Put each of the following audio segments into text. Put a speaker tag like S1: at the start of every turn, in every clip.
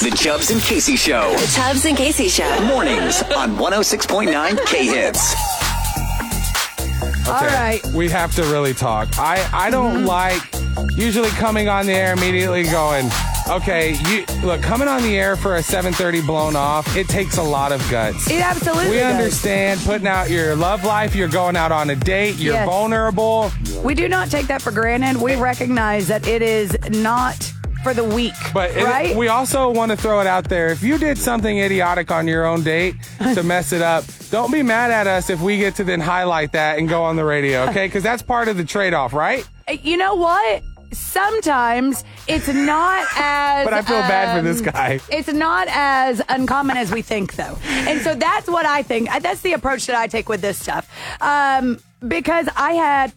S1: The Chubbs and Casey Show.
S2: The Tubbs and Casey Show.
S1: Mornings on 106.9 K Hits.
S3: Okay.
S4: All right. Mm-hmm.
S3: We have to really talk. I, I don't like usually coming on the air immediately going, okay, you look, coming on the air for a 730 blown off, it takes a lot of guts.
S4: It absolutely
S3: we
S4: does.
S3: understand putting out your love life, you're going out on a date, you're
S4: Yes.
S3: vulnerable.
S4: We do not take that for granted. We recognize that it is not for the weak,
S3: But it-
S4: right?
S3: we also want to throw it out there. If you did something idiotic on your own date to mess it up, don't be mad at us if we get to then highlight that and go on the radio, okay? Because that's part of the trade off, right?
S4: Uh, you know what? Sometimes it's not as.
S3: But I feel bad for
S4: um,
S3: this guy.
S4: It's not as uncommon as we think, though. And so that's what I think. I- That's the approach that I take with this stuff. Um, because I had.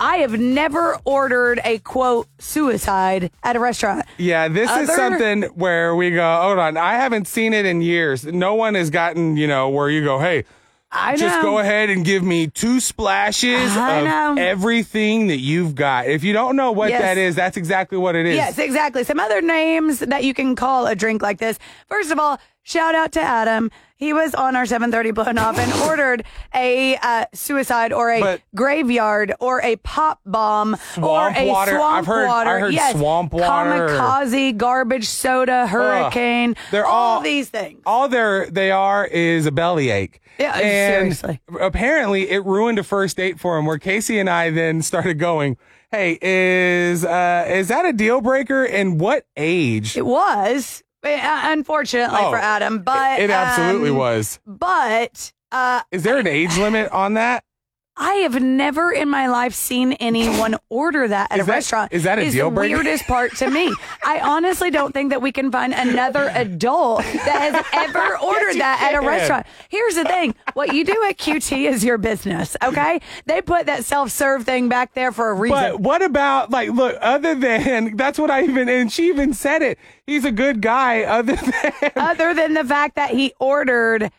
S4: I have never ordered a quote suicide at a restaurant.
S3: Yeah, this is
S4: Other-
S3: something where we go, hold on, I haven't seen it in years. No one has gotten, you know, where you go, hey,
S4: I
S3: just
S4: know.
S3: go ahead and give me two splashes
S4: I
S3: of
S4: know.
S3: everything that you've got. If you don't know what
S4: Yes.
S3: that is, that's exactly what it is.
S4: Yes, exactly. Some other names that you can call a drink like this. First of all, shout out to Adam. He was on our 7:30 blown off and ordered a uh, suicide or a
S3: But-
S4: graveyard or a pop bomb or
S3: Swamp
S4: a
S3: water.
S4: swamp
S3: I've heard- I
S4: water.
S3: heard
S4: yes,
S3: swamp water.
S4: kamikaze, garbage soda, hurricane.
S3: They're all-
S4: these things.
S3: All they're, they are is a bellyache.
S4: Yeah,
S3: and
S4: seriously.
S3: apparently it ruined a first date for him where Casey and I then started going, hey, is, uh, is that a deal breaker and what age?
S4: It was uh, unfortunately
S3: Oh,
S4: for Adam, but
S3: it, it absolutely
S4: um,
S3: was.
S4: But uh,
S3: Is there an age limit on that?
S4: I have never in my life seen anyone order that at
S3: Is
S4: a
S3: that-
S4: restaurant.
S3: is that a deal breaker?
S4: The weirdest part to me. I honestly don't think that we can find another adult that has ever ordered
S3: you
S4: that at
S3: can.
S4: a restaurant. Here's the thing: what you do at QT is your business. Okay, they put that self-serve thing back there for a reason.
S3: But what about like look other than that's what I even and she even said it. He's a good guy other than
S4: other than the fact that he ordered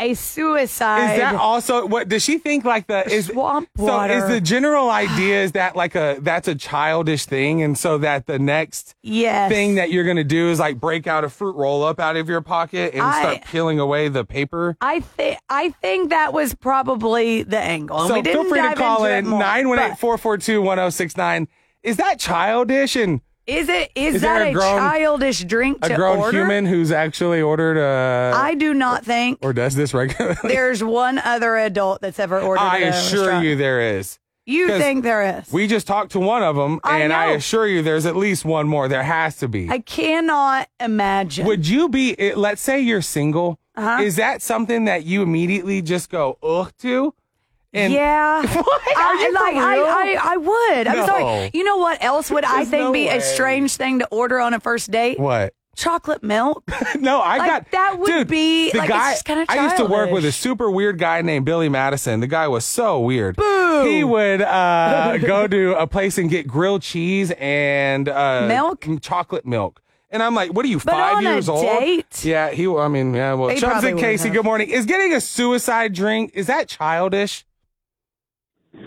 S4: a
S3: Is
S4: suicide.
S3: that also what does she think like the is
S4: Swamp
S3: So is
S4: water.
S3: the general idea is that like a that's a childish thing and so that the next
S4: yes.
S3: thing that you're going to do is like break out a fruit roll up out of your pocket and
S4: I-
S3: start peeling away the paper?
S4: I think I think that was probably the angle. And
S3: So
S4: Um, we didn't
S3: feel free to
S4: dive
S3: call
S4: into
S3: in
S4: it more,
S3: 918
S4: but-
S3: 442 1069. Is that childish and
S4: Is it is,
S3: Is there
S4: that
S3: a
S4: a,
S3: grown-
S4: childish drink
S3: a
S4: to
S3: grown
S4: order?
S3: human who's actually ordered a
S4: I do not think
S3: or does this regularly?
S4: there's one other adult that's ever ordered.
S3: I
S4: at a
S3: assure
S4: restaurant.
S3: you there is.
S4: You
S3: 'cause
S4: think there is?
S3: We just talked to one of them,
S4: I
S3: and I,
S4: know.
S3: assure you there's at least one more. There has to be.
S4: I cannot imagine.
S3: Would you be, it- let's say you're single,
S4: Uh-huh.
S3: is that something that you immediately just go, ugh, to? And
S4: yeah.
S3: Are
S4: I,
S3: you
S4: like
S3: for real?
S4: I, I I would. I'm
S3: No.
S4: sorry. You know what else would I
S3: There's
S4: think
S3: no
S4: be
S3: way.
S4: a strange thing to order on a first date?
S3: what?
S4: Chocolate milk.
S3: No, I
S4: Like,
S3: got
S4: that would
S3: dude,
S4: be-
S3: the
S4: like, it's
S3: guy.
S4: just kinda
S3: I used to work with a
S4: childish.
S3: super weird guy named Billy Madison. The guy was so weird. Boo. He would uh, go to a place and get grilled cheese and uh,
S4: Milk?
S3: m- chocolate milk. And I'm like, what are you,
S4: But
S3: five
S4: on a
S3: years old?
S4: date?
S3: Yeah, he. I mean, yeah. Well,
S4: They
S3: Chubbs
S4: probably
S3: and
S4: wouldn't
S3: Casey.
S4: have.
S3: Good morning. Is getting a suicide drink is that childish?
S5: I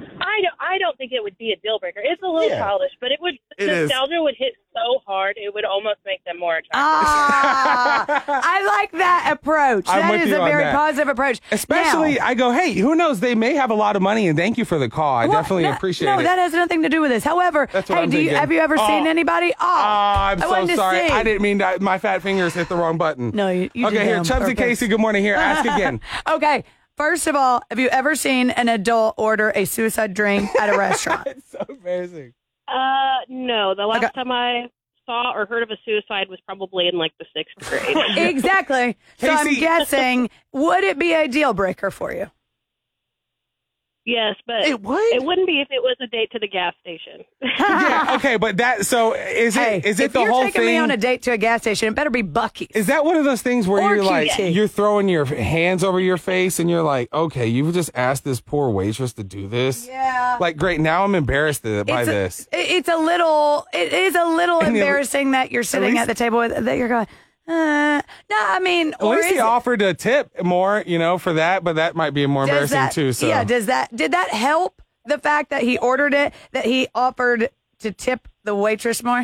S5: don't. I don't think it would be a deal breaker. It's a little
S3: Yeah.
S5: childish, but it would.
S3: It is.
S5: nostalgia would hit so hard, it would almost make them more attractive.
S4: Ah, I like that approach.
S3: I'm
S4: That
S3: with
S4: is
S3: you
S4: a
S3: on
S4: very
S3: that.
S4: positive approach.
S3: Especially,
S4: Now-
S3: I go, hey, who knows? They may have a lot of money, and thank you for the call. I
S4: Well,
S3: definitely
S4: no,
S3: appreciate
S4: no,
S3: it.
S4: that has nothing to do with this. However,
S3: That's what
S4: hey,
S3: I'm
S4: do you,
S3: thinking.
S4: have you ever
S3: Oh.
S4: seen anybody? Oh,
S3: Ah, I'm
S4: I wanted
S3: so
S4: to
S3: sorry.
S4: see.
S3: I didn't mean to, my fat fingers hit the wrong button.
S4: No, you- you
S3: okay,
S4: did that
S3: here,
S4: on
S3: Chubbs and
S4: purpose.
S3: Casey. Good morning. Here, ask again.
S4: Okay. First of all, have you ever seen an adult order a suicide drink at a restaurant?
S3: it's so embarrassing.
S5: Uh, no. The last
S4: Okay.
S5: time I saw or heard of a suicide was probably in like the sixth grade.
S4: exactly. So I'm
S3: Casey.
S4: guessing, would it be a deal breaker for you?
S5: yes, but
S3: It would?
S5: It wouldn't be if it was a date to the gas station.
S3: yeah. Okay, but that. So is it? Is
S4: Hey,
S3: it
S4: if
S3: the
S4: you're
S3: whole
S4: taking
S3: thing?
S4: me on a date to a gas station, it better be Bucky's.
S3: is that one of those things where
S4: Or
S3: you're like
S4: QT?
S3: you're throwing your hands over your face and you're like, okay, you've just asked this poor waitress to do this.
S4: Yeah.
S3: Like, great. Now I'm embarrassed th- by
S4: it's a,
S3: this.
S4: it- It's a little. It is a little
S3: And at le-
S4: embarrassing that you're sitting
S3: least-
S4: at, the table with, that you're going. Uh, no, I mean,
S3: At
S4: or
S3: least
S4: is
S3: he
S4: it-
S3: offered a tip more, you know, for that, but that might be more
S4: Does
S3: embarrassing
S4: that-
S3: too. So
S4: yeah, does that did that help the fact that he ordered it that he offered to tip the waitress more?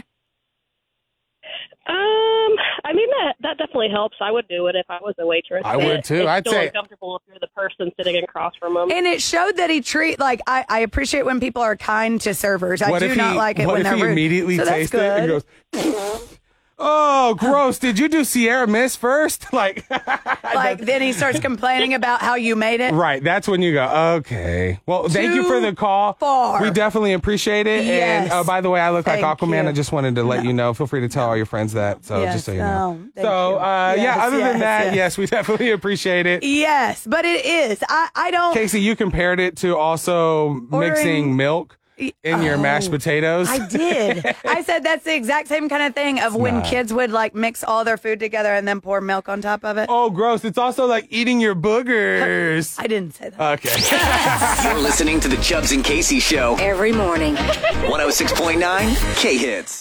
S5: Um, I mean that that definitely helps. I would do it if I was a waitress.
S3: I would,
S5: It-
S3: too.
S5: It's
S3: I'd
S5: still
S3: say-
S5: uncomfortable if you're the person sitting across from them.
S4: And it showed that he treat like I, I appreciate when people are kind to servers. I
S3: what
S4: do
S3: if he,
S4: not like it
S3: what
S4: when
S3: if
S4: they're
S3: he
S4: rude.
S3: immediately
S4: so that's
S3: tastes it and
S4: good.
S3: goes, "Oh, gross! Did you do Sierra Miss first? Like,
S4: like then he starts complaining about how you made it.
S3: right? That's when you go, okay. Well, thank you for
S4: Too
S3: the call.
S4: far.
S3: We definitely appreciate it. And
S4: Yes.
S3: uh, by the way, I look like
S4: Thank
S3: Aquaman.
S4: you.
S3: I just wanted to let you know. Feel free to tell all your friends that. So
S4: Yes,
S3: just so you
S4: no,
S3: know.
S4: thank
S3: so
S4: you.
S3: uh,
S4: Yes,
S3: yeah. Other than
S4: yes,
S3: that, yes.
S4: yes.
S3: we definitely appreciate it.
S4: Yes, but it is. I I don't.
S3: Casey, you compared it to also
S4: Ordering- Oh,
S3: mixing milk in your mashed potatoes.
S4: I did. I said that's the exact same kind of thing of when
S3: not.
S4: kids would like mix all their food together and then pour milk on top of it.
S3: Oh, gross. It's also like eating your boogers.
S4: I didn't say that.
S3: Okay.
S1: You're listening to the Chubbs and Casey Show.
S2: Every morning.
S1: 106.9 K Hits.